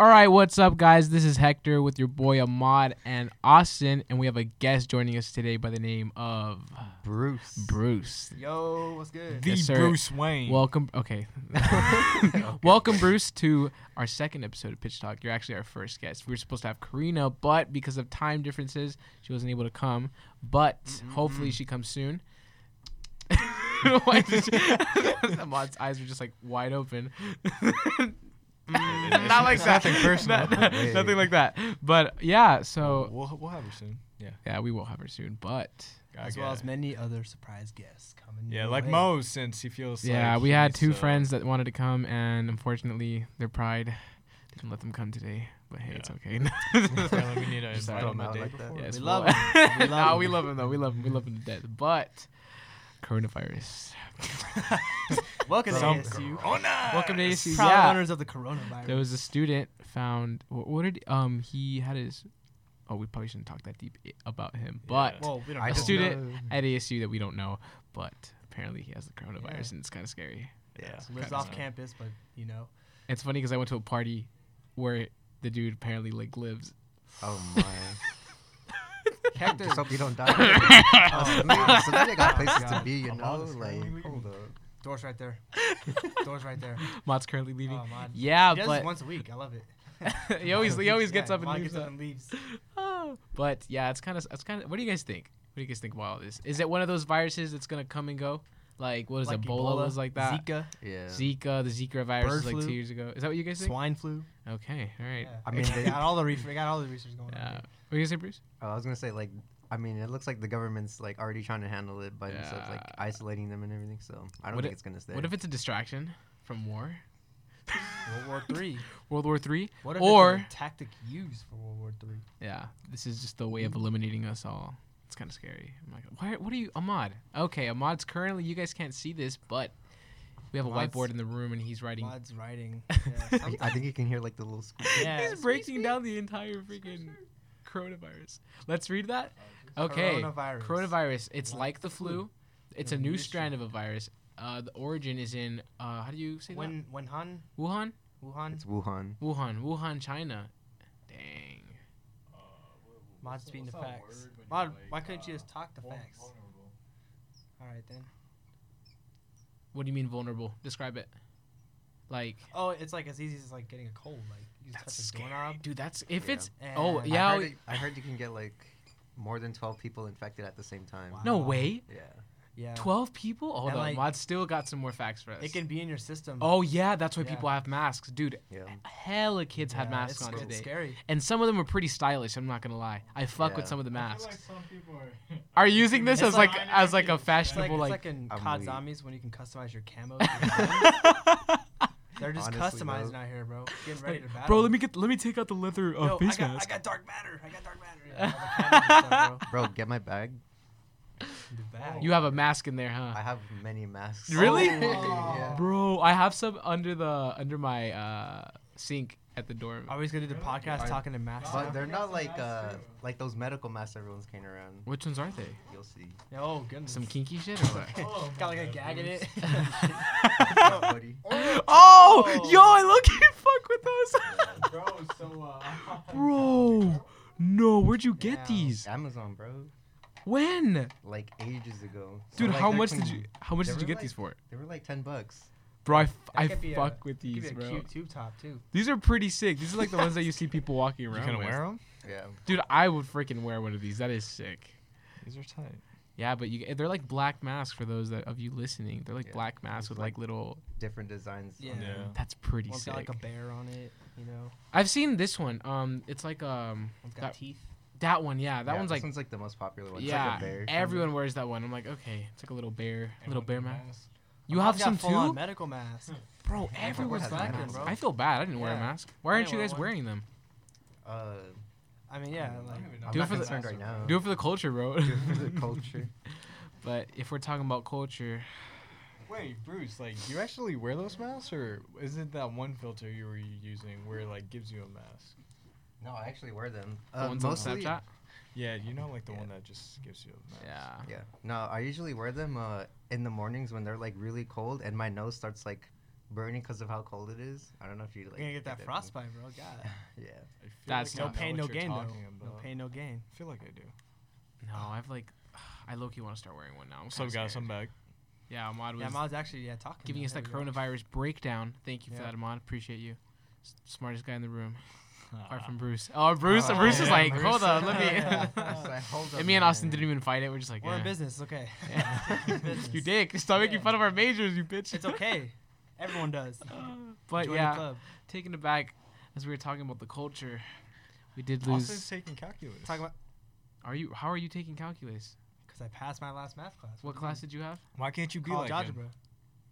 All right, what's up, guys? This is Hector with your boy Ahmad and Austin, and we have a guest joining us today by the name of Bruce. Bruce. Yo, what's good? The Yes, sir. Bruce Wayne. Welcome, okay. Welcome, Bruce, to our second episode of Pitch Talk. You're actually our first guest. We were supposed to have Karina, but because of time differences, she wasn't able to come. But hopefully, she comes soon. Why did she- Ahmad's eyes were just like wide open. Not like that. Nothing personal. Not- not- Hey. nothing like that. But yeah, so we'll we'll have her soon. Yeah. yeah, we will have her soon. But I as get well it. as many other surprise guests coming. yeah, your like way. Mo, since he feels. yeah, like we he had needs two uh, to- friends that wanted to come, and unfortunately, their pride didn't let them come today. But hey, it's okay. Yeah, we need to Just invite throw him him a out day like that. We Yes, well- love 'em. We love Nah, 'em. we love him though. We love him. We love him to death. But coronavirus. Welcome to Some ASU. Corona. Welcome to ASU. Proud yeah. owners of the coronavirus. There was a student found. What, what did um he had his? Oh, we probably shouldn't talk that deep i- about him. But Well, we don't I a know. don't student know. at ASU that we don't know, but apparently he has the coronavirus, and it's kind of scary. Yeah. Lives kinda off know. campus, but you know. It's funny because I went to a party where the dude apparently like lives. Oh my. Hector, Just hope you don't die. oh, man, so they got places to be, you I'm know. honest, man. Like, hold up. doors right there. doors right there. Mott's currently leaving. Oh, Mod. yeah, he does but this once a week. I love it. he always he always gets Yeah, up and Mod leaves. gets uh, up and leaves. Oh. But yeah, it's kind of it's kind of. What do you guys think? What do you guys think about all this? Is it one of those viruses that's gonna come and go? Like what is Like Ebola, Ebola, was like that? Zika, Yeah. Zika, the Zika virus was Bird like two flu. years ago. Is that what you guys think? swine flu. Okay, all right. Yeah. I mean, they- got all the research. Got all the research going Yeah. on. here. What you gonna say, Bruce? Oh, I was gonna say like, I mean, it looks like the government's like already trying to handle it by themselves, like Yeah. isolating them and everything. So I don't What think if- it's gonna stay. What if it's a distraction from war? World War Three. World War Three? What if Or- it's a tactic used for World War Three? Yeah, this is just the way of eliminating us all. It's kind of scary. I'm like, why? What are you, Ahmad? Okay, Ahmad's currently. You guys can't see this, but we have a Ahmad's- whiteboard in the room, and he's writing. Mod's writing. Yeah. I, I think you can hear like the little. Squeak. Yeah, he's breaking down the entire freaking coronavirus. Let's read that. Okay, Coronavirus. Coronavirus. It's Like like the flu. It's a new strand of a virus. Uh, the origin is in uh, how do you say When when Han that? Wuhan, Wuhan It's Wuhan. Wuhan, Wuhan, China. Dang. Mod's beating the facts. Mod, why couldn't you just talk the facts? All right then. What do you mean vulnerable? Describe it. Like Oh, it's like as easy as like getting a cold. Like you just that's touch a scary, doorknob. dude. That's if Yeah. it's oh and- yeah. I heard, we- it- I heard you can get like more than twelve people infected at the same time. Wow. No way. Yeah. Um, Yeah. 12 people? Hold And, on. like, Mod still got some more facts for us. It can be in your system. oh, yeah. That's why Yeah. Um, people have masks. Dude, Yeah. hella kids had Yeah, masks it's on sc- today. It's scary. And some of them were pretty stylish. I'm not going to lie. I fuck with Yeah. some of the masks. some people Are you using this as It's like, like- as like a It's like, fashionable it's like, like in I'm COD weak. Zombies when you can customize your camo. They're just Honestly, bro. customizing out here, bro. Getting ready to battle. Bro, let me get let me take out the leather uh, Yo, I face got, mask. I got dark matter. I got dark matter. Yeah, all the camo and stuff, Bro, get my bag. bro. The bag. you have a mask in there, huh? I have many masks. Oh, Really? Oh, yeah. Bro, I have some under the under my uh sink at the dorm. Are we just gonna do the podcast talking to masks? But now? they're not like uh like those medical masks everyone's carrying around. Which ones are they? You'll see. Oh goodness. Some kinky shit or what? Got like a gag in it. Yeah, buddy. Oh, yo, I look at fuck with us. Bro, so uh, Bro, no, where'd you get Yeah. these? Amazon, bro. When? Like ages ago. So, Dude, like, how they're much did clean. you how much They did you were, get like- these for? They were like ten bucks. Bro, I, f- That I could be a- fuck with Give these, it a bro. cute tube top too. These are pretty sick. These are like the ones that you see people walking you around gonna with. wear them? Yeah. Dude, I would freaking wear one of these. That is sick. These are tight. Yeah, but you they're like black masks for those that of you listening. They're like Yeah, black masks it's with like- like little Different designs. on Yeah. them. that's pretty One's sick. got like a i bear on it, you know. I've seen this one. Um it's like um One's got That- teeth. that one, yeah. That Yeah, one's this like one's like the most popular one. It's yeah, Like a bear. everyone wears that one. I'm like, okay, it's like a little bear, little bear mask. You Mine have got some full-on too, medical mask. bro. everyone's Everyone's got got them, masks. bro. I feel bad. I didn't wear a Yeah. mask. Why I aren't didn't you wear guys one. wearing them? Uh, I mean, yeah, like I'm Do it not for the- concerned right now. Do it for the culture, bro. Do it for the culture. but if we're talking about culture, Wait, Bruce, like you actually wear those masks, or is it that one filter you were using where it, like gives you a mask? No, I actually wear them. Uh, Uh, the ones on Snapchat. Yeah, you know, like the Yeah. one that just gives you a mask. Yeah. Yeah. No, I usually wear them uh, in the mornings when they're like really cold and my nose starts like burning because of how cold it is. I don't know if you like. You're gonna get that from- frostbite, bro. God. I yeah. feel That's I No tough. know pain, what no you're gain, though. talking No about. pain, no gain. I feel like I do. No, I've like, I low key want to start wearing one now. I'm So so guys, I'm back. Yeah, Ahmad was Yeah, Miles actually yeah talking. giving though. us There that we go. coronavirus breakdown. Thank you for Yeah. that, Ahmad. Appreciate you. S- Smartest guy in the room, Uh, apart Uh, from Bruce. Oh, Bruce! Oh, Bruce is yeah, like, Bruce. hold up, let Yeah. me. It's like, hold up, and me and Austin man. didn't even fight it. We're just like, We're in yeah. business. It's okay. Yeah. business. you dick! Stop making Yeah. fun of our majors, you bitch. It's okay. Everyone does. But Join yeah, the club. taking it back as we were talking about the culture, we did lose. Austin's taking calculus. Talking about are you? How are you taking calculus? because I passed my last math class. What do you class mean? did you have? Why Oh, can't you be College like algebra.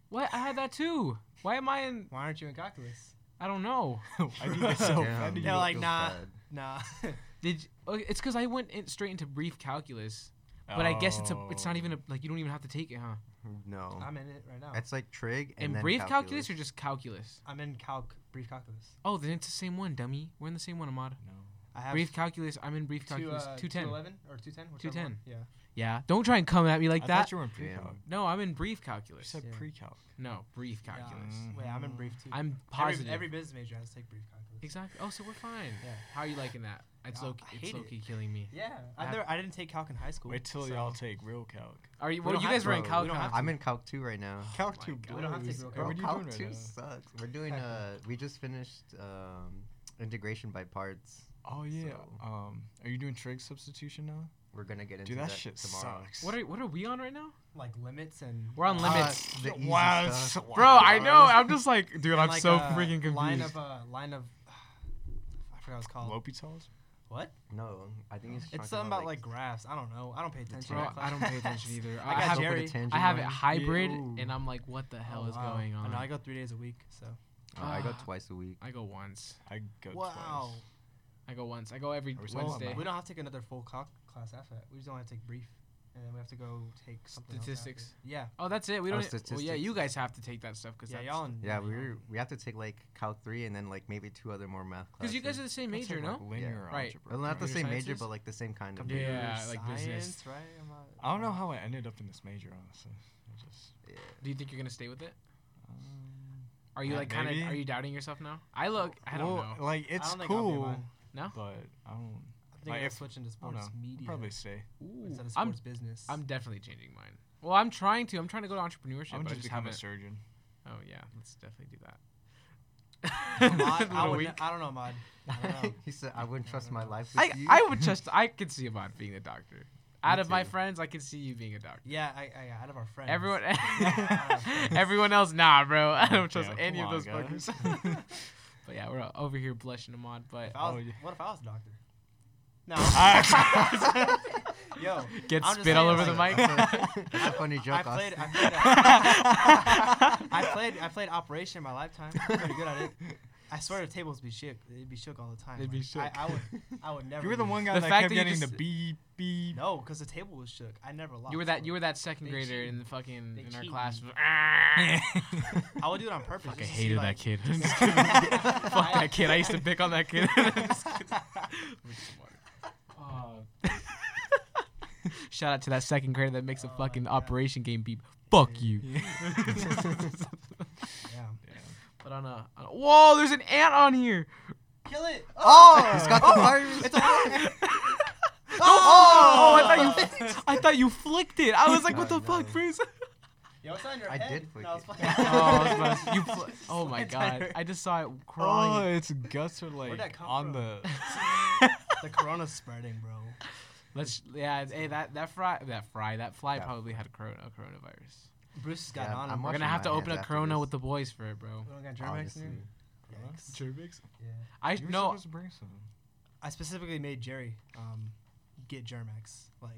What? I had that too. Why am I in? Why aren't you in calculus? I don't know. him? I do get so Damn, offended. They're that like, feels nah. bad. Nah. Did you, okay, it's because I went in straight into brief calculus, but I guess it's a. It's Oh, not even a like you don't even have to take it, huh? No. I'm in it right now. It's like trig and, And, then brief calculus. calculus. or just calculus? I'm in calc brief calculus. Oh, then it's the same one, dummy. We're in the same one, Ahmad. No. I have Brief calculus. I'm in brief calculus. uh, two ten. 211 or 210? whichever 210. one. Yeah. Yeah. Don't try and come at me like I that. thought you were in pre Yeah. calc. No, I'm in brief You calculus. said Yeah. pre calc. No, brief calculus. Mm. Wait, I'm in brief too. Mm-hmm. I'm Every- positive. Every, business major has to take brief calculus. Exactly. Oh, so we're fine. Yeah. How are you liking that? It's Yeah, low. I It's hate low it. key killing me. Yeah. I've I- never, I didn't take calc in high school. Wait till so- y'all take real calc. Are you? We Well, don't you have guys were in to. calc. We don't huh? have I'm in calc two right now. Calc my two God. blues. Oh We don't have to take real What are calc. Bro, you calc doing right two now? sucks. We're doing Heck no. uh, we just finished um integration by parts. Oh yeah. So- Um, are you doing trig substitution now? We're gonna get into Dude, that, that shit tomorrow. sucks. What are What are we on right now, like limits and We're on uh, limits. Uh, the easy wow, stuff. so- bro? wow. I know. I'm just like, dude. and I'm like so a freaking confused. Line of uh, line of I forgot what it's called. L'Hopital's? What? No, I think it's. It's something about like, graphs. I don't know. I don't pay attention. bro, to that I don't pay class. attention either. I, I got have Jerry. I have it it. hybrid, Ew. and I'm like, what the hell Oh, is wow. going I on? know. I go three days a week. So. Oh, I go Ah. twice a week. I go once. I go Wow. I go once. I go every Are we still on Wednesday. that? We don't have to take another full calc class after that. We just only have to take brief, and then we have to go take something else after. Statistics. Yeah. Oh, that's it. We Oh, don't. Well, yeah, statistics. you guys have to take that stuff because Yeah, y'all. in- Yeah, y'all we in. were we have to take like calc three and then like maybe two other more math classes. because you guys are the same twice. That's major, like, no? like linear Right. algebra. well, not the computer same major, sciences? but like the same kind of. Computer major. Yeah, like science, business. right? I'm not- I don't know how I ended up in this major, honestly. I just, Yeah. Do you think you're gonna stay with it? um, Are you Yeah, like kind of? maybe. Are you doubting yourself now? I look. I don't well, know. Like I it's don't think I'll be in cool, mine. No? but I don't. I'm Like, thinking of if- switching to I don't know. sports I'll media probably stay. Ooh, instead of I'm sports business. I'm definitely changing mine. Well, I'm trying to. I'm trying to go to entrepreneurship. I'm but I just just become a haven't. surgeon. Oh yeah, let's definitely do that. Mod, I, Little would, weak. I don't know, Mod. I don't know. he said, "I wouldn't I trust don't my know. life with I, you." I would just. I could see about being a doctor. Out of my too. friends, I could see you being a doctor. Yeah, I, I, out of our friends. Everyone, Yeah. everyone else, nah, bro. I don't trust Yeah, any of come those on, guys. fuckers. but yeah, we're over here blushing them on. But If I was, Oh, yeah. Ah, What if I was a doctor? No. I- Yo, get I'm just spit all saying, over the like, mic. That's a funny I joke. played, I Austin. played, a, I played, I played Operation in my lifetime. I'm pretty good at it. I swear the tables be shook. They'd be shook all the time. They'd be Like, shook. I, I would, I would never. You were the lose. one guy The that fact kept that you getting the just- beep beep. No, because the table was shook. I never lost. You were that. You were that second They grader cheat. in the fucking They in our cheat. class. I would do it on purpose. Fuck, I just to see, hated that like- kid. I'm just kidding. Fuck that kid. I used to pick on that kid. Just kidding. Uh, Shout out to that second grader that makes a Oh, fucking yeah. operation game beep. Fuck you. Yeah. but on a, on a whoa, there's an ant on here. Kill it. Oh, he's got the virus. It's a virus. No, oh, I thought you, I thought you flicked it. I was like, what the Oh, fuck, no. Bruce? Yo, it's on your I head. did flick no, it's it. fine. Oh, oh, I was about to- you fl- It's oh my fine, Tyler. god, I just saw it Oh, crawling. its guts are like that come on from? the. The corona's spreading, bro. Let's yeah, hey that that fry that fry that fly That probably had corona coronavirus. Bruce has got Yeah, on I'm him. We're Watching gonna have to my open hands a after corona this. with the boys for it, bro. We don't got germ vaccine? Obviously. Yikes. Gervix? Yeah. I You were no, supposed to bring some. I specifically made Jerry um, get Germex. Like,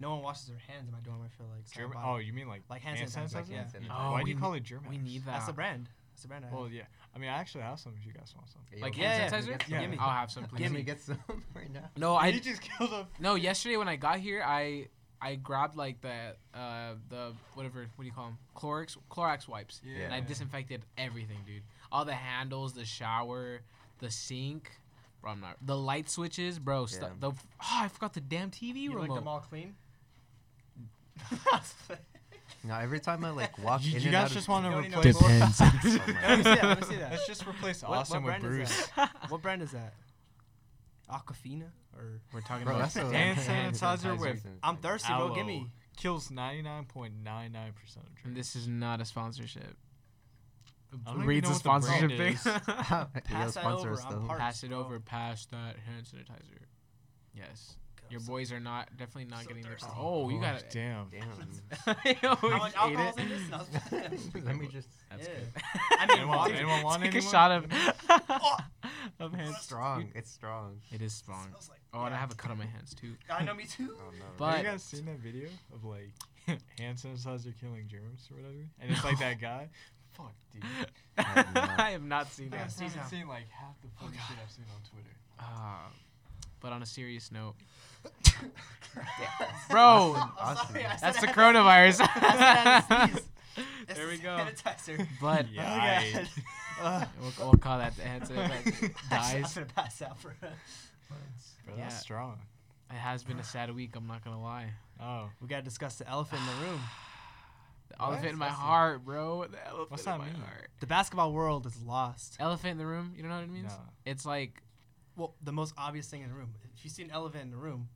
no one washes their hands in my dorm, I feel like. so I Germ- bought oh, it. you mean like Like hand hand sanitizer, sanitizer? like, yeah. Hand sanitizer. Oh, Why do we you call it Germax? we need that. That's the brand. That's the brand I have. Well, yeah. I mean, I actually have some if you guys want some. Like Yeah, hand yeah, sanitizer? yeah. Gimme. I'll have some, please. Can we Gimme. get some right now? No, Oh, I you just killed a. no. Yesterday when I got here, I I grabbed like the uh the whatever what do you call them Clorox Clorox wipes, Yeah. and I disinfected everything, dude. All the handles, the shower, the sink. Bro, I'm not the light switches, bro. Stu- Yeah. the oh, I forgot the damn TV You licked remote. them all clean? Now every time I like walk You, in you and guys out just of, want to Don't need no replace. anymore. Depends. Oh Let me my- see that. Let me see that. Let's just replace What- what Austin with brand is Bruce. What brand is that? Aquafina or We're talking Bro, about that's a- hand hand sanitizer with I'm thirsty, bro. Give me. Aloe. kills 99.99% of And germs. this is not a sponsorship. I don't Reads even the know what the sponsorship brand thing. is. Yo, Pass that sponsor over, us I'm though. part- Pass Parts, it bro. over. Pass that hand sanitizer. Yes. Your boys are not definitely not so getting their. thirsty. Oh, you got it. Damn. Damn. Yo, How you much ate alcohol's it. in this? No, I'm just kidding. Let me just. That's Yeah. good. I mean, Anyone- water. anyone want Take a anyone? shot of of hand. It's strong. It's strong. It is strong. Smells like- Oh, and I yeah. have a cut on my hands too. I know me too. Oh no. But- Have you guys seen that video of like hand sanitizer killing germs or whatever? And it's like that guy. Fuck, dude. have not. I have not seen I that. Yes. haven't seen that. seen like half the Oh, fucking shit I've seen on Twitter. Uh, but on a serious note, bro, I'm sorry, I said that's I the had- coronavirus. I said I had to sneeze. That's There the we go. Sanitizer. But Yeah. Oh, God. we'll, we'll call that the hand sanitizer. I'm Dies. gonna pass out for Bro, Yeah. that's strong. It has been a sad week. I'm not gonna lie. Oh, We gotta discuss the elephant in the room. The What? elephant in my That's the- heart, bro. The elephant What's in that my mean? heart. The basketball world is lost. Elephant in the room. You don't know what it means? No. It's like Well, the most obvious thing in the room. If you see an elephant in the room,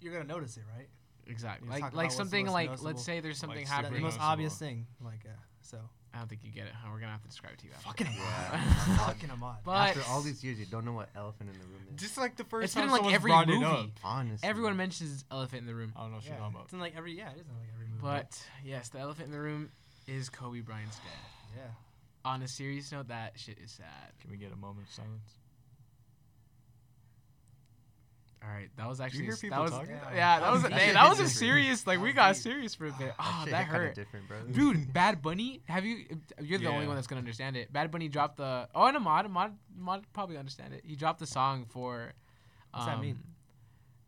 you're gonna notice it, right? exactly Let's talk like about like what's the something most like noticeable. let's say there's something Like The, happening. most noticeable. obvious thing, like uh, so. I don't think you get it. Huh? We're gonna have to describe it to you. After. Fucking Yeah. Ahmad. Fucking Ahmad. But After all these years, you don't know what elephant in the room is. just like the first It's been time in, like, someone's every brought movie. it up. Honestly, everyone mentions elephant in the room. I don't know what Yeah. you're talking about. It's in like every yeah, it is in like every movie. But yes, the elephant in the room is Kobe Bryant's dad. yeah, On a serious note, that shit is sad. Can we get a moment of silence? All right, that was actually hear a s- that people was talking? yeah, that was a, That hey, shit that hit was a different. serious like we That got hit- serious for a bit. Ah, Shit that hit kinda hurt. Different, bro. Dude, Bad Bunny, have you? You're the only Yeah. one that's gonna understand it. Bad Bunny dropped the. Oh, and Ahmad, Ahmad, Ahmad probably understand it. He dropped the song for. Um, What's that mean?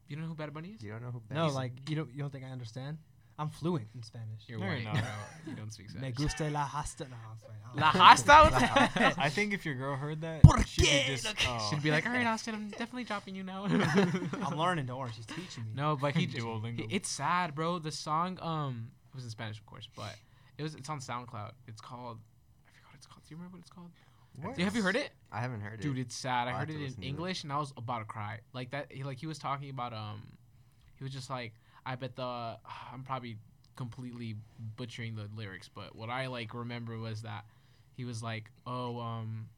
You know who Bad Bunny is? you don't know who. no, Bad- like you don't you don't think I understand? I'm fluent in Spanish. You're No, white. you're bro. not. you don't speak Me Spanish. gusta la hasta. No, I'm sorry. I don't La know. hasta. La hasta. I think if your girl heard that, Por she'd be qué? just. Okay. Oh. Should be like, all right, Austin, I'm definitely dropping you now. I'm learning to orange. He's teaching me. no, but he, Duolingo. it's sad, bro. The song um it was in Spanish, of course, but it was it's on SoundCloud. It's called I forgot what it's called. Do you remember what it's called? What? Do you- have you heard it? I haven't heard Dude, it. it's sad. I I'll heard have it to in listen to it. English and I was about to cry. Like that he, like he was talking about um he was just like I bet the I'm probably completely butchering the lyrics, but what I like remember was that he was like, "Oh, um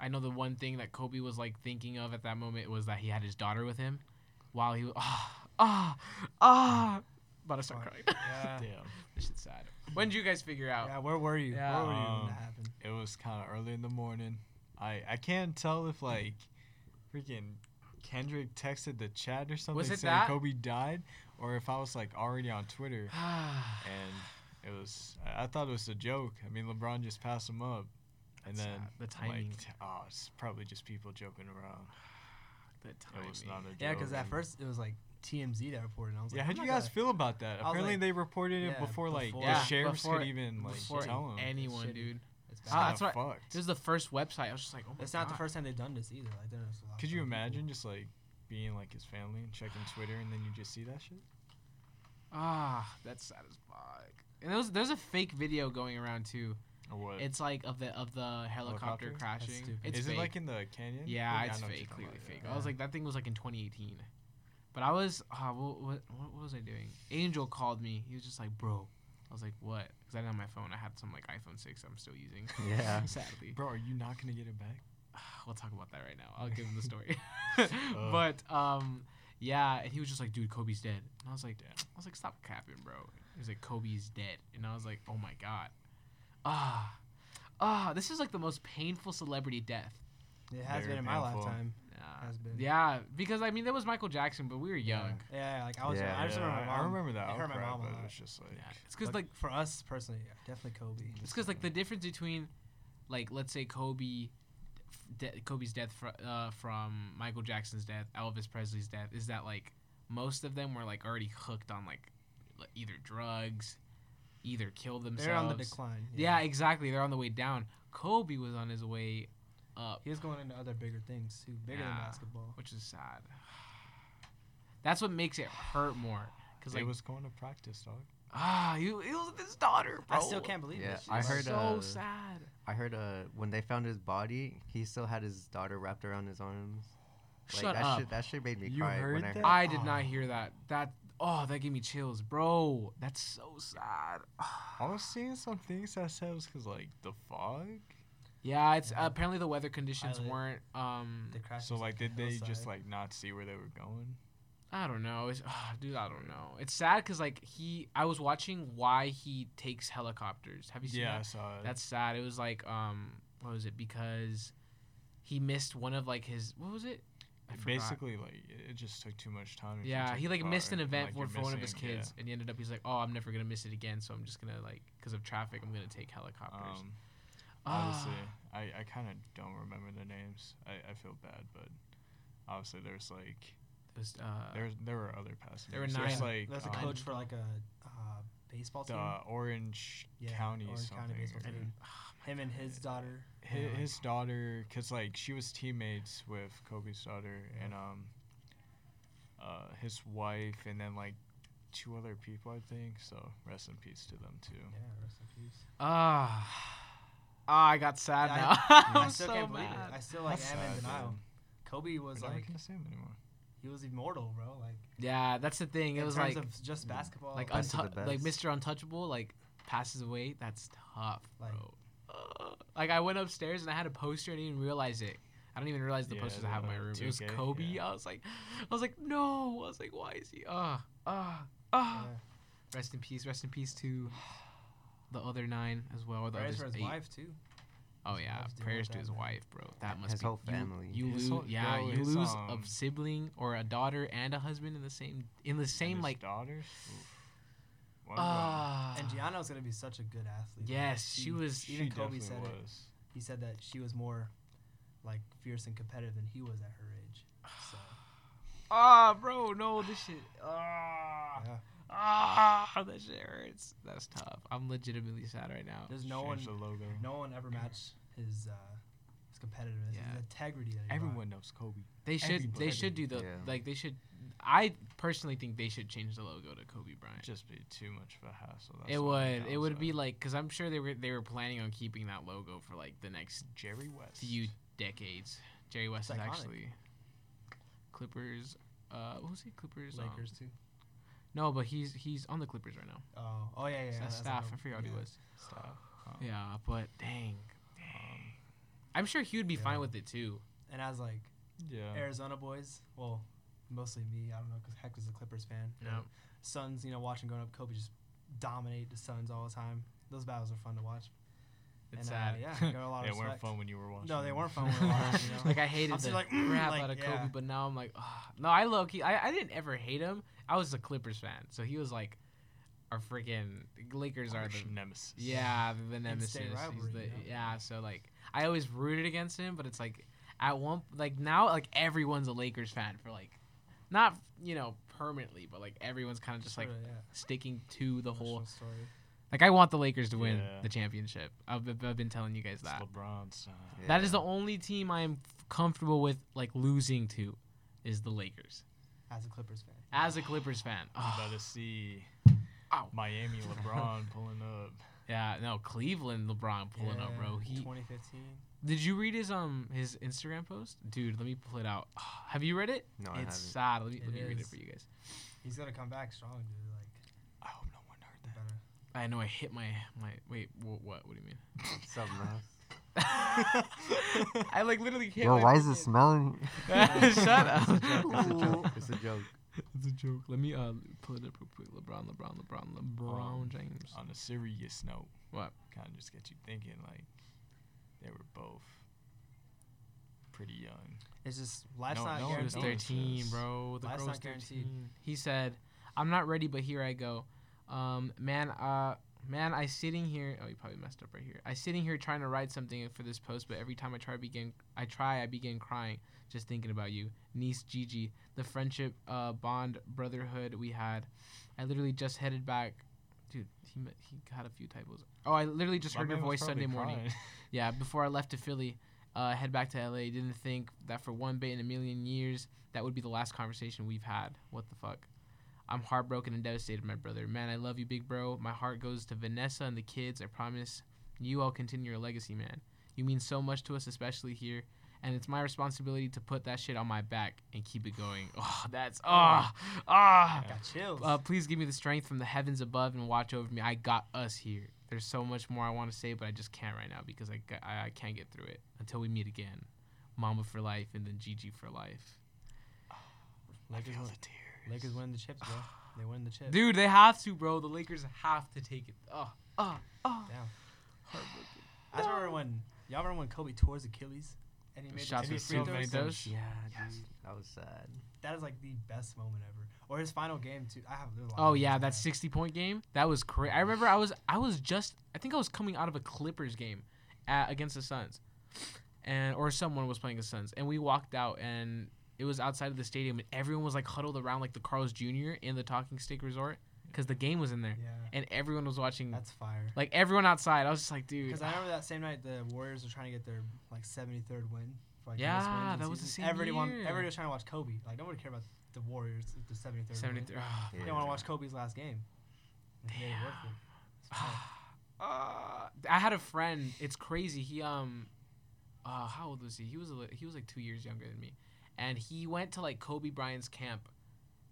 I know the one thing that Kobe was like thinking of at that moment was that he had his daughter with him while he was ah ah ah about to start Fuck. crying. Yeah. Damn. this shit's sad. When did you guys figure out? Yeah, where were you? Yeah. Where were you when Um, that happened? It was kind of early in the morning. I I can't tell if like, freaking Kendrick texted the chat or something Was it saying that? Kobe died, or if I was like already on Twitter and it was. I, I thought it was a joke. I mean, LeBron just passed him up, and That's then sad. The I'm timing. Like, t- oh, it's probably just people joking around. the It was Oh, not a timing. joke. Yeah, because at and- first it was like TMZ that reported. and I was like, "Oh Yeah, I'm how'd "Oh you not guys gonna- feel about that? was Apparently, like- they reported it yeah, before like before- the Yeah, sheriffs before- could even like before tell them. anyone, Shitty. dude. It's, Ah, bad. that's what- fucked. This is the first website. I was just like, oh my it's not the God. first time they've done this either. Like, there's a lot of Could you other people. imagine just like being like his family and checking Twitter and then you just see that shit? Ah, that's sad as fuck. And there was, there's a fake video going around too. Or what? It's like of the of the helicopter, Helicopter? That's crashing. stupid. It's is fake. it like in the canyon? yeah, I it's know what fake, you're talking clearly about, fake. yeah. I was Yeah. like, that thing was like in 2018. But I was, uh, what, what, what was I doing? Angel called me. He was just like, bro. I was like, what? Because I didn't have my phone. I had some like iPhone 6 I'm still using. Yeah. Sadly. Bro, are you not gonna get it back? we'll talk about that right now. I'll give him the story. but um, yeah, and he was just like, "Dude, Kobe's dead," and I was like, "I was like, stop capping, bro." He was like, "Kobe's dead," and I was like, "Oh my god, ah, ah, this is like the most painful celebrity death." It has Very been in my painful. lifetime. Yeah, Has been. yeah, because I mean, there was Michael Jackson, but we were young. Yeah, like I was. Yeah. I just remember. my I mom. remember that. It hurt my outcry, mom a but lot. It was just like. Yeah, it's because But like for us personally, yeah, definitely Kobe. it's because like the difference between, like, let's say Kobe. De- Kobe's death fr- uh, from Michael Jackson's death, Elvis Presley's death, is that like most of them were like already hooked on like like, either drugs, either killed themselves. They're on the decline. Yeah. exactly. They're on the way down. Kobe was on his way up, He was going into other bigger things too, bigger Yeah. than basketball. which is sad. That's what makes it hurt more. Cause They like, was going to practice, dog. Ah, he, he was with his daughter, Oh, bro. I still can't believe Yeah, this. shit. I It's heard, so uh, sad. I heard uh, when they found his body, he still had his daughter wrapped around his arms. Like, Shut that up. Shit, that shit made me You cry. heard when I that? I did Oh. not hear that. That oh, that gave me chills, bro. That's so sad. I was seeing some things that said it was because like the fog. Yeah, it's apparently the weather conditions Pilot. weren't. Um, The crash So was like, on did the they just hillside. like not see where they were going? I don't know. It's, ah, dude, I don't know. It's sad because like he, I was watching why he takes helicopters. Have you seen Yeah, I that? saw it. That's sad. It was like um, what was it? Because he missed one of like his what was it? I forgot. Basically, like it- it just took too much time. if you Yeah, took he the like missed car an and, event like, for you're for one of his missing, yeah. kids, and he ended up he's like, oh, I'm never gonna miss it again, so I'm just gonna like because of traffic, I'm gonna take helicopters. Um, Ah. Obviously, I, I kind of don't remember the names. I, I feel bad, but obviously there's like There's, uh, there there were other passengers. there were There's nine. like That's a um, coach for like a uh, baseball team. the Orange Yeah, County Orange something. County baseball or- team. Him and his daughter. hi- Yeah. his daughter, cause like she was teammates with Kobe's daughter and um, uh, his wife, and then like two other people, I think. So rest in peace to them too. Yeah, rest in peace. ah, ah, I got sad Yeah, I- now. I I'm still so can't believe mad. it. I still like That's am in sad, denial. man. Kobe We're was never like gonna see him anymore. he was immortal, bro. Like Yeah, that's the thing. It in was terms like of Mm. just basketball. like Best of the untou- like best. Mr. Untouchable like passes away. That's tough, bro. Like- Ugh. like I went upstairs and I had a poster and I didn't even realize it. I don't even realize the Yeah, posters I have in my the room. It was 2K, Kobe. yeah. I was like, I was like, no. I was like, why is he? Ah, ah, ah. Yeah. Rest in peace. Rest in peace to the other nine as well. Or the others prayers for his eight. wife too. Oh His yeah, wife's dealing prayers with to that, his man. wife, bro. That must His be whole you- family. You, His lose, whole- yeah, yo, you his, lose um, a sibling or a daughter and a husband in the same in the And same his like. daughters. Oof. One of them, Uh, Ah, And Gianna's gonna be such a good athlete. man. Yes, she was- Even she Kobe definitely said it. was. He said that she was more like fierce and competitive than he was at her age. So ah, bro, no, this shit, ah, yeah. ah, that shit hurts. That's tough. I'm legitimately sad right now. there's no Change one, the logo. no one ever matched his uh, his competitiveness, Yeah. his integrity. That he brought. Everyone knows Kobe. They should, Everybody. they should do the Yeah. like they should. I personally think they should change the logo to Kobe Bryant. Just be too much of a hassle. it would, it would uh, be like, cause I'm sure they were they were planning on keeping that logo for like the next Jerry West. few decades. Jerry West is iconic. actually Clippers. Uh, what was he? Clippers. um, Lakers too. no, but he's he's on the Clippers right now. Oh, oh yeah, yeah. Yeah, yeah that's staff. another- I forgot what yeah. he was. Stop. Um, Yeah, but dang, um, I'm sure he would be Yeah. fine with it too. And as like yeah. Arizona boys, well, mostly me. I don't know, cause Heck was a Clippers fan. Yeah. Suns, you know, watching growing up, Kobe just dominate the Suns all the time. Those battles are fun to watch. It's And, uh, sad. yeah, got a lot of they weren't respect. fun when you were watching. No, they them. weren't fun when we were watching, you know? like I hated I'm the still like, mm, crap like, out of yeah. Kobe, but now I'm like, oh. no, I low key, I, I didn't ever hate him. I was a Clippers fan, so he was like our freaking Lakers Oh, are Harsh the nemesis. yeah the, the nemesis. He's rivalry, the- you know? Yeah, so like I always rooted against him, but it's like at one like now like everyone's a Lakers fan for like not you know permanently, but like everyone's kind of just like Sorta, yeah, sticking to the whole emotional story. Like I want the Lakers to win Yeah. the championship. I've, I've I've been telling you guys It's that. LeBron's. uh, Yeah. That is the only team I am f- comfortable with like losing to, is the Lakers. as a Clippers fan. As a Clippers fan, You Ah. oh, better see Ow. Miami LeBron pulling up. yeah, no, Cleveland LeBron pulling up, bro. Yeah, He 2015. did you read his um his Instagram post, dude? Let me pull it out. Ah, have you read it? No, it's I haven't. sad. Let me It let me read it is. for you guys. He's gonna come back strong, dude. Like I hope no one heard the better. I know I hit my my wait wh- what what do you mean? Something else. I like literally hit. Yo, my why is it freaking- smelling? Shut up. It's a joke. It's a joke. It's a joke. Let me uh pull it up real quick. LeBron, LeBron, LeBron, LeBron Um, James. that. On a serious note, What? kind of just get you thinking like they were both pretty young. It's just life's No- not no one She was guaranteed. knows. thirteen, this. bro. The Life's girl not was guaranteed. thirteen. He said, "I'm not ready, but here I go." Um, man, uh, man, I sitting here. Oh, you probably messed up right here. I sitting here trying to write something for this post, but every time I try, begin, I try, I begin crying just thinking about you, niece Gigi. The friendship, uh, bond, brotherhood we had. I literally just headed back. Dude, he met, he had a few typos. Oh, I literally just My heard your man was voice Sunday probably morning. crying. Yeah, before I left to Philly, uh, head back to LA, didn't think that for one bit in a million years that would be the last conversation we've had. What the fuck? I'm heartbroken and devastated, my brother. Man, I love you, big bro. My heart goes to Vanessa and the kids. I promise you all continue your legacy, man. You mean so much to us, especially here. And it's my responsibility to put that shit on my back and keep it going. Oh, that's ah ah. Got chills. Uh, please give me the strength from the heavens above and watch over me. I got us here. There's so much more I want to say, but I just can't right now because I, ca- I, I can't get through it until we meet again. Mama for life and then Gigi for life. Lakers, the tears. Lakers win the chips, bro. They win the chips. Dude, they have to, bro. The Lakers have to take it. Oh, oh, oh. Damn. I just remember when y'all remember when Kobe tore his Achilles and he made Shots the two with free free throws. throws. Yeah, Yes. dude, that was sad. That is like the best moment ever. Or his final game too. I have. there's a lot Oh of yeah, moments that like 60 point game. That was crazy. I remember I was I was just I think I was coming out of a Clippers game at, against the Suns. And or someone was playing the Suns and we walked out and it was outside of the stadium and everyone was like huddled around like the Carl's Jr. in the Talking Stick Resort cuz the game was in there Yeah, and everyone was watching that's fire. like everyone outside. I was just like, dude. Because I remember that same night the Warriors were trying to get their like 73rd win. For, like, most wins Yeah, in that was the season. same Everyone, year. everybody was trying to watch Kobe. Like nobody cared about the Warriors. if The 73rd. win. 73 oh, They want to watch Kobe's last game. They made it worth it. It's fire. uh, I had a friend. It's crazy. He um, uh, how old was he? He was a, li- he was like two years younger than me, and he went to like Kobe Bryant's camp,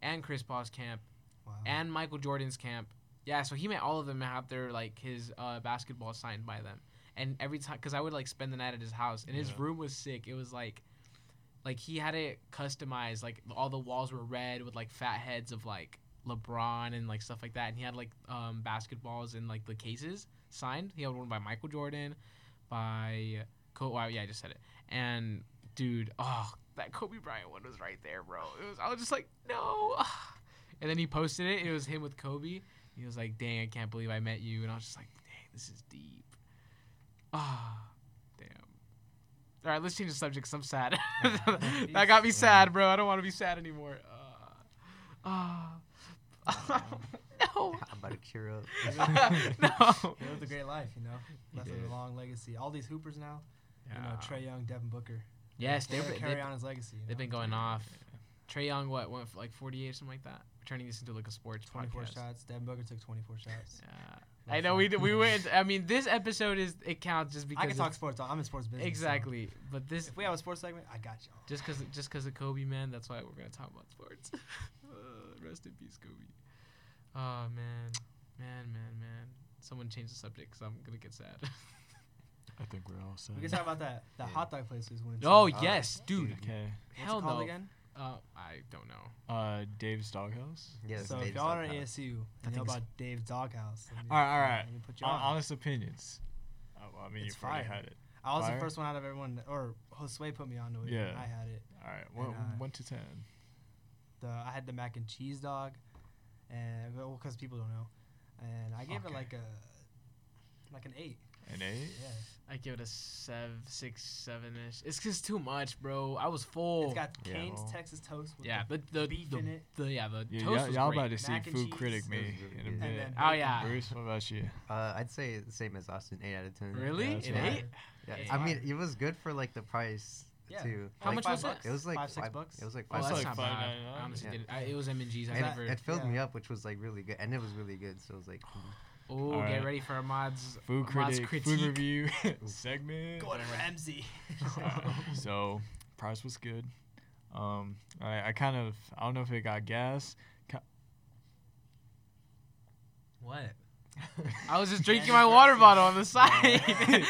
and Chris Paul's camp, Wow. and Michael Jordan's camp. Yeah, so he met all of them and had their like his uh, basketball signed by them. And every time, because I would like spend the night at his house, and his Yeah. room was sick. It was like, like he had it customized. Like all the walls were red with like fat heads of like LeBron and like stuff like that. And he had like um, basketballs in like the cases signed. He had one by Michael Jordan, by Kobe. Wow, yeah, I just said it. And dude, oh, that Kobe Bryant one was right there, bro. It was. I was just like, no. And then he posted it. It was him with Kobe. He was like, "Dang, I can't believe I met you." And I was just like, "Dang, this is deep." Ah, damn. All right, let's change the subject. Cause I'm sad. that got me sad, bro. I don't want to be sad anymore. Ah, ah. no, I'm about to cheer up. no. He lived a great life, you know. He Left did. a long legacy. All these hoopers now, you know, Yeah. Trey Young, Devin Booker. Yes, They're they're, gonna they carry on his legacy. You know? they've been going off. Trey Young, what went for like 48 or something like that. We're turning this into like a sports 24 podcast. shots. Devin Booker took 24 shots. Yeah. I know we d- we went. I mean, this episode is it counts just because I can talk it's- sports. I'm in sports business. so exactly, but this If we have a sports segment, I got y'all. just because just because of Kobe, man. That's why we're gonna talk about sports. uh, rest in peace, Kobe. Oh man, man, man, man. Someone change the subject because I'm gonna get sad. I think we're all set. We can talk about that that Yeah. hot dog place we was going to. oh uh, What's yes, dude. Okay. it Hell called no. Again? Uh, I don't know. Uh, Dave's Doghouse. Yeah, so they if y'all are at just- ASU and think know it's- about Dave's Doghouse, let me- All right, all right. Let me put you Hon- on. honest opinions. Uh, well, I mean, It's you've already fire. had it. I was the fire. first one out of everyone, or Josue put me onto it. Yeah. and I had it. All right, one, And, uh, one to ten. the I had the mac and cheese dog, and well, because people don't know, and I gave Okay. it like a like an eight. An eight. Yeah, I give it a seven, six, seven ish. It's just too much, bro. I was full. it's got Yeah, Cane's well. Texas toast with yeah, the the the beef the, in it. the- yeah the Yeah, toast y'all, was y'all great. about to see Mac and food cheese. critic That was me really in a good. and minute. then Oh bacon. yeah, Bruce, what about you? Uh, I'd say the same as Austin, eight out of ten. really? Yeah, It that's right. ate. Yeah, It's I fire. mean, it was good for like the price Yeah. too. How Like, much five was it? bucks? It was like Five, six bucks? It was like Oh, five That's that's bucks. like not five bad. ninety nine. I honestly Yeah. did it. I, it was M and G's. I And And never. it, it filled yeah. me up, which was like really good, and it was really good. So it was like, Oh, All get right. ready for Ahmad's Food Ahmad's critic, food review segment. Gordon Ramsay. Uh, so price was good. Um, I, I kind of I don't know if it got gas. What? I was just drinking Yeah, my you're water thirsty. bottle on the we side.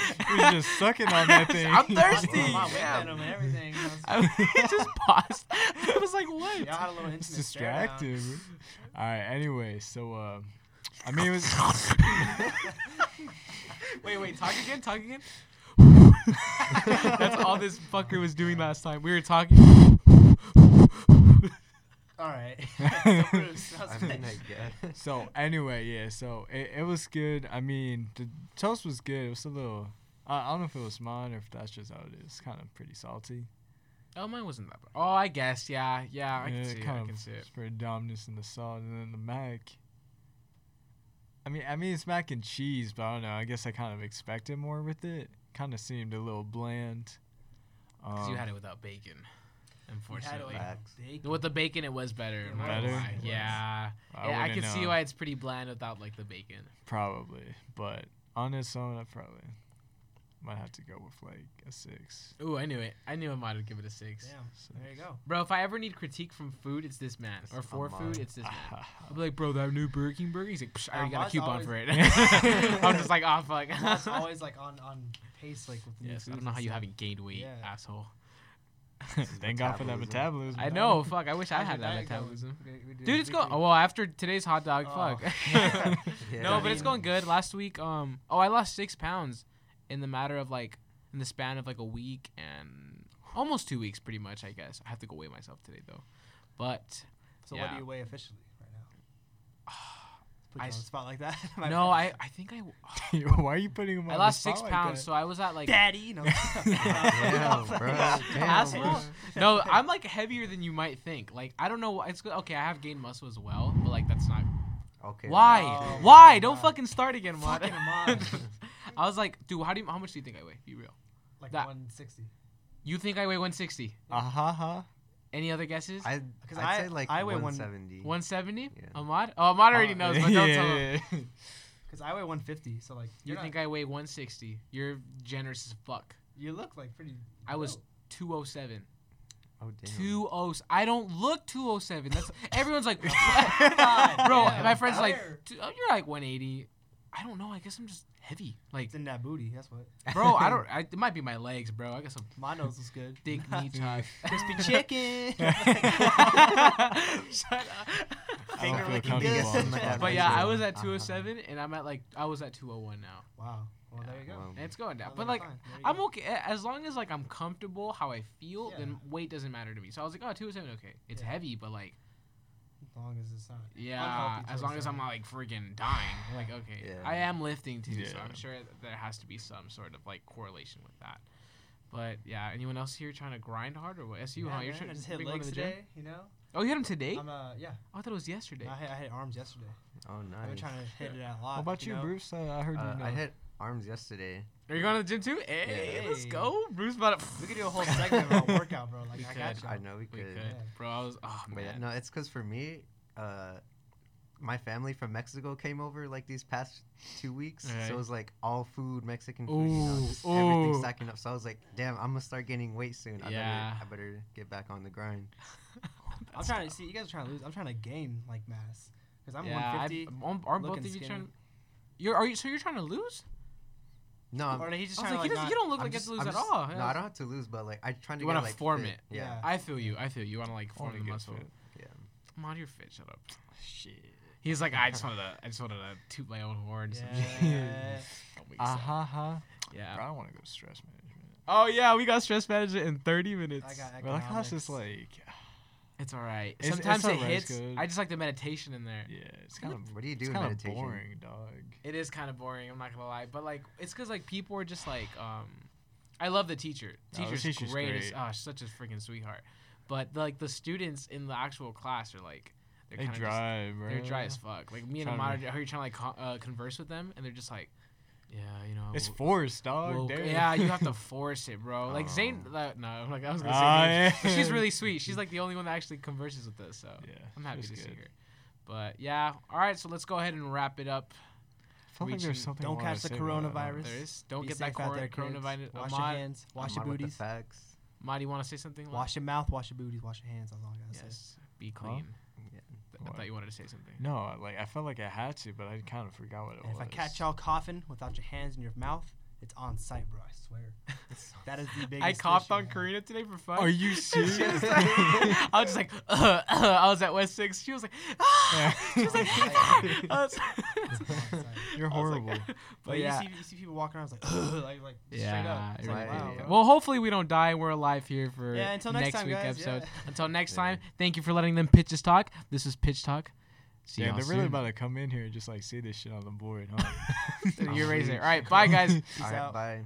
just sucking on that thing. I'm thirsty. Steve, my yeah. and everything. you know, so- I was- just paused. I was like, what? Y'all had a little intimate It's stare down. distracting. All right. Anyway, so uh, hmm. I mean it was. Wait, wait, talk again, talk again. That's all this fucker was doing last time. We were talking. All right. Bruce, that was I mean, good. I guess. so anyway, yeah. So it, it was good. I mean, the toast was good. It was a little. I, I don't know if it was mine or if that's just how it is. Kind of pretty salty. Oh, mine wasn't that bad. Oh, I guess, yeah, yeah, I can Yeah, it see it. kind I of can see it. spread dominance in the salt, and then the mac. I mean, I mean it's mac and cheese, but I don't know. I guess I kind of expected more with it. Kind of seemed a little bland. Because Um, you had it without bacon and unfortunately. like- Facts. bacon. With the bacon, it was better. I'm not gonna Better? lie. It was. Yeah. Yeah, I, wouldn't can see know. why it's pretty bland without like the bacon. Probably, but on its own, I probably might have to go with like a six. Ooh, I knew it. I knew I might have given it a six. Damn. There you go. Bro, if I ever need critique from food, it's this man. It's or for Ahmad. food, it's Ah. this man. I'll be like, bro, that new Burger King burger. He's like, Psh, I already got a coupon Ahmad's always- for it. I'm just like, oh fuck. That's always like on on pace, like with the new yes, I foods don't know and how you stuff. haven't gained weight, Yeah. asshole. Thank God for that metabolism. I know. Fuck. I wish I How's had your that diet going? metabolism. Okay, we did Dude, it's going. weekly. Oh, well, after today's hot dog, Oh. fuck. Yeah. no, but it's Damn. going good. Last week, um, oh, I lost six pounds in the matter of like in the span of like a week and almost two weeks, pretty much. I guess I have to go weigh myself today though. But So what Yeah. do you weigh officially right now? Put I you on s- the spot like that. My no, bad. I I think I Why are you putting him on I the lost spot six like pounds, that? so I was at like Daddy, no. Damn, bro. Asshole. Damn. no, I'm like heavier than you might think. Like I don't know. why- It's okay. I have gained muscle as well, but like that's not Okay. why. Oh why? my Don't God. fucking start again, Mod. Fucking Ahmad. I was like, dude, how do you? How much do you think I weigh? Be real. like That- 160. You think I weigh 160? Uh huh. huh. Any other guesses? I Because I'd I- say like I weigh one- 170. 170? Yeah. Uh, Ahmad? Oh, Ahmad Ah, already knows, but don't tell him. Because I weigh 150, so like You you're think not, I weigh 160? You're generous as fuck. you look like pretty. I was low. 207. Oh damn. 207. I don't look 207. That's everyone's like, bro. God damn. My friends like, Where? "Dude, oh, you're like 180. I don't know. I guess I'm just heavy. Like, It's in that booty. That's what. bro, I don't. I, it might be my legs, bro. I got some My nose was good. thick meat tuck. Crispy chicken. Shut up. Oh, I don't feel good. comfortable on the But spot But like yeah, I that. was at Uh-huh. 207, and I'm at like I was at 201 now. wow. Well, there you go. Well, And it's going down. Well, But like then fine. There you I'm go. okay a- as long as like I'm comfortable how I feel, then weight doesn't matter to me. So I was like, oh, 207, okay. It's Yeah. heavy, but like As long as it's not. yeah, Unhealthy as long as I'm 207. not like freaking dying, like okay, Yeah. I am lifting too, so Yeah. I'm sure that there has to be some sort of like correlation with that. But yeah, anyone else here trying to grind hard or what? That's you, yeah, huh? You're man, trying I to just hit bring one legs to the gym? today. You know. Oh, you hit him today? I'm uh yeah. oh, I thought it was yesterday. I hit, I hit arms yesterday. Oh nice. I've been trying to hit it out a lot. How about you, know? Bruce? I, I heard Uh, you. I know. hit arms yesterday. Are you going to the gym too? Hey, let's Hey. go, Bruce. About to We could do a whole segment about workout, bro. Like We I got could. you. I know we We could. could, Yeah. bro. I was oh But yeah, man. no, it's because for me, uh, my family from Mexico came over like these past two weeks, Alright. so it was like all food, Mexican food, you know, Ooh, just everything ooh. stacking up. So I was like, damn, I'm gonna start gaining weight soon. I Yeah. better, I better get back on the grind. I'm trying to see. You guys are trying to lose. I'm trying to gain like mass because I'm yeah, 150. I, aren't- aren't both looking of you skinny. trying? You're are you so you're trying to lose? No, I'm, or he's just I was trying like, he to doesn't, like, you not- don't look I'm like you have just- to lose I'm at just- all. No, I don't have to lose, but like I'm trying to. You want wanna to like, form fit. it. Yeah. I feel you. I feel you. You want to like form Wanna the get muscle. fit. yeah. Come on, you're fit. Shut up. Shit. He's like, I just wanted to. I just wanted to toot my own horn. some shit. Yeah. Don't make Uh sense. huh. huh. Yeah. Bro, I want to go to stress management. Oh yeah, we got stress management in 30 minutes. I got But like, how's this economics. like? It's all right. It's- it's Sometimes all it right, it's hits. good. I just like the meditation in there. Yeah, it's kind of. What do you do It's in kind of meditation? boring, dog. It is kind of boring. I'm not gonna lie, but like it's because like people are just like, um, I love the teacher. No, Oh, the Teacher's, teacher's great. great. Oh, such a freaking sweetheart. But like the students in the actual class are like they're They kind of drive, bro. they're dry as fuck. Like me and Tryna- Amara, how you're trying to like con- uh, converse with them, and they're just like, yeah, you know. It's we'll- forced, dog. we'll- damn. yeah, you have to force it, bro. Like Oh. Zayn, uh, no, like I was gonna say, Ah, names, but yeah. she's really sweet. She's like the only one that actually converses with us. So Yeah, I'm happy it's to see good. her. But yeah, all right. So let's go ahead and wrap it up. I felt like reaching- there's something I Don't wanted catch to the say, but I don't know. coronavirus. There is. Don't Be get that safe out cor- there, kids. coronavirus. Wash your Ahmad, hands. Wash I'm your on with the booties. facts. Ahmad, you want to say something? Lon? Wash your mouth. Wash your booties. Wash your hands. That's all I gotta say. Yes. Be clean. Yeah. Th- I What? thought you wanted to say something. No, like I felt like I had to, but I kind of forgot what it And was. if I catch y'all coughing without your hands in your mouth, it's on site, bro. I swear. that is the biggest. I coughed issue on have. Karina today for fun. Are you She was serious? like- I was just like, uh, uh, I was at West Six. She was like, ah. she was like, I was- It's on site. You're I was like- horrible. but But you yeah, see, you see people walking around it's like, like, like straight Yeah, up. It's like, right, wow, yeah. bro. well, hopefully we don't die. We're alive here for Yeah, until next time, week guys, episodes. yeah. Until next Yeah. time, thank you for letting them pitch us talk. This is Pitch Talk. See Damn, y'all they're really soon. about to come in here and just like see this shit on the board, huh? You're raising it. All right, bye guys. Peace All right. out. Bye.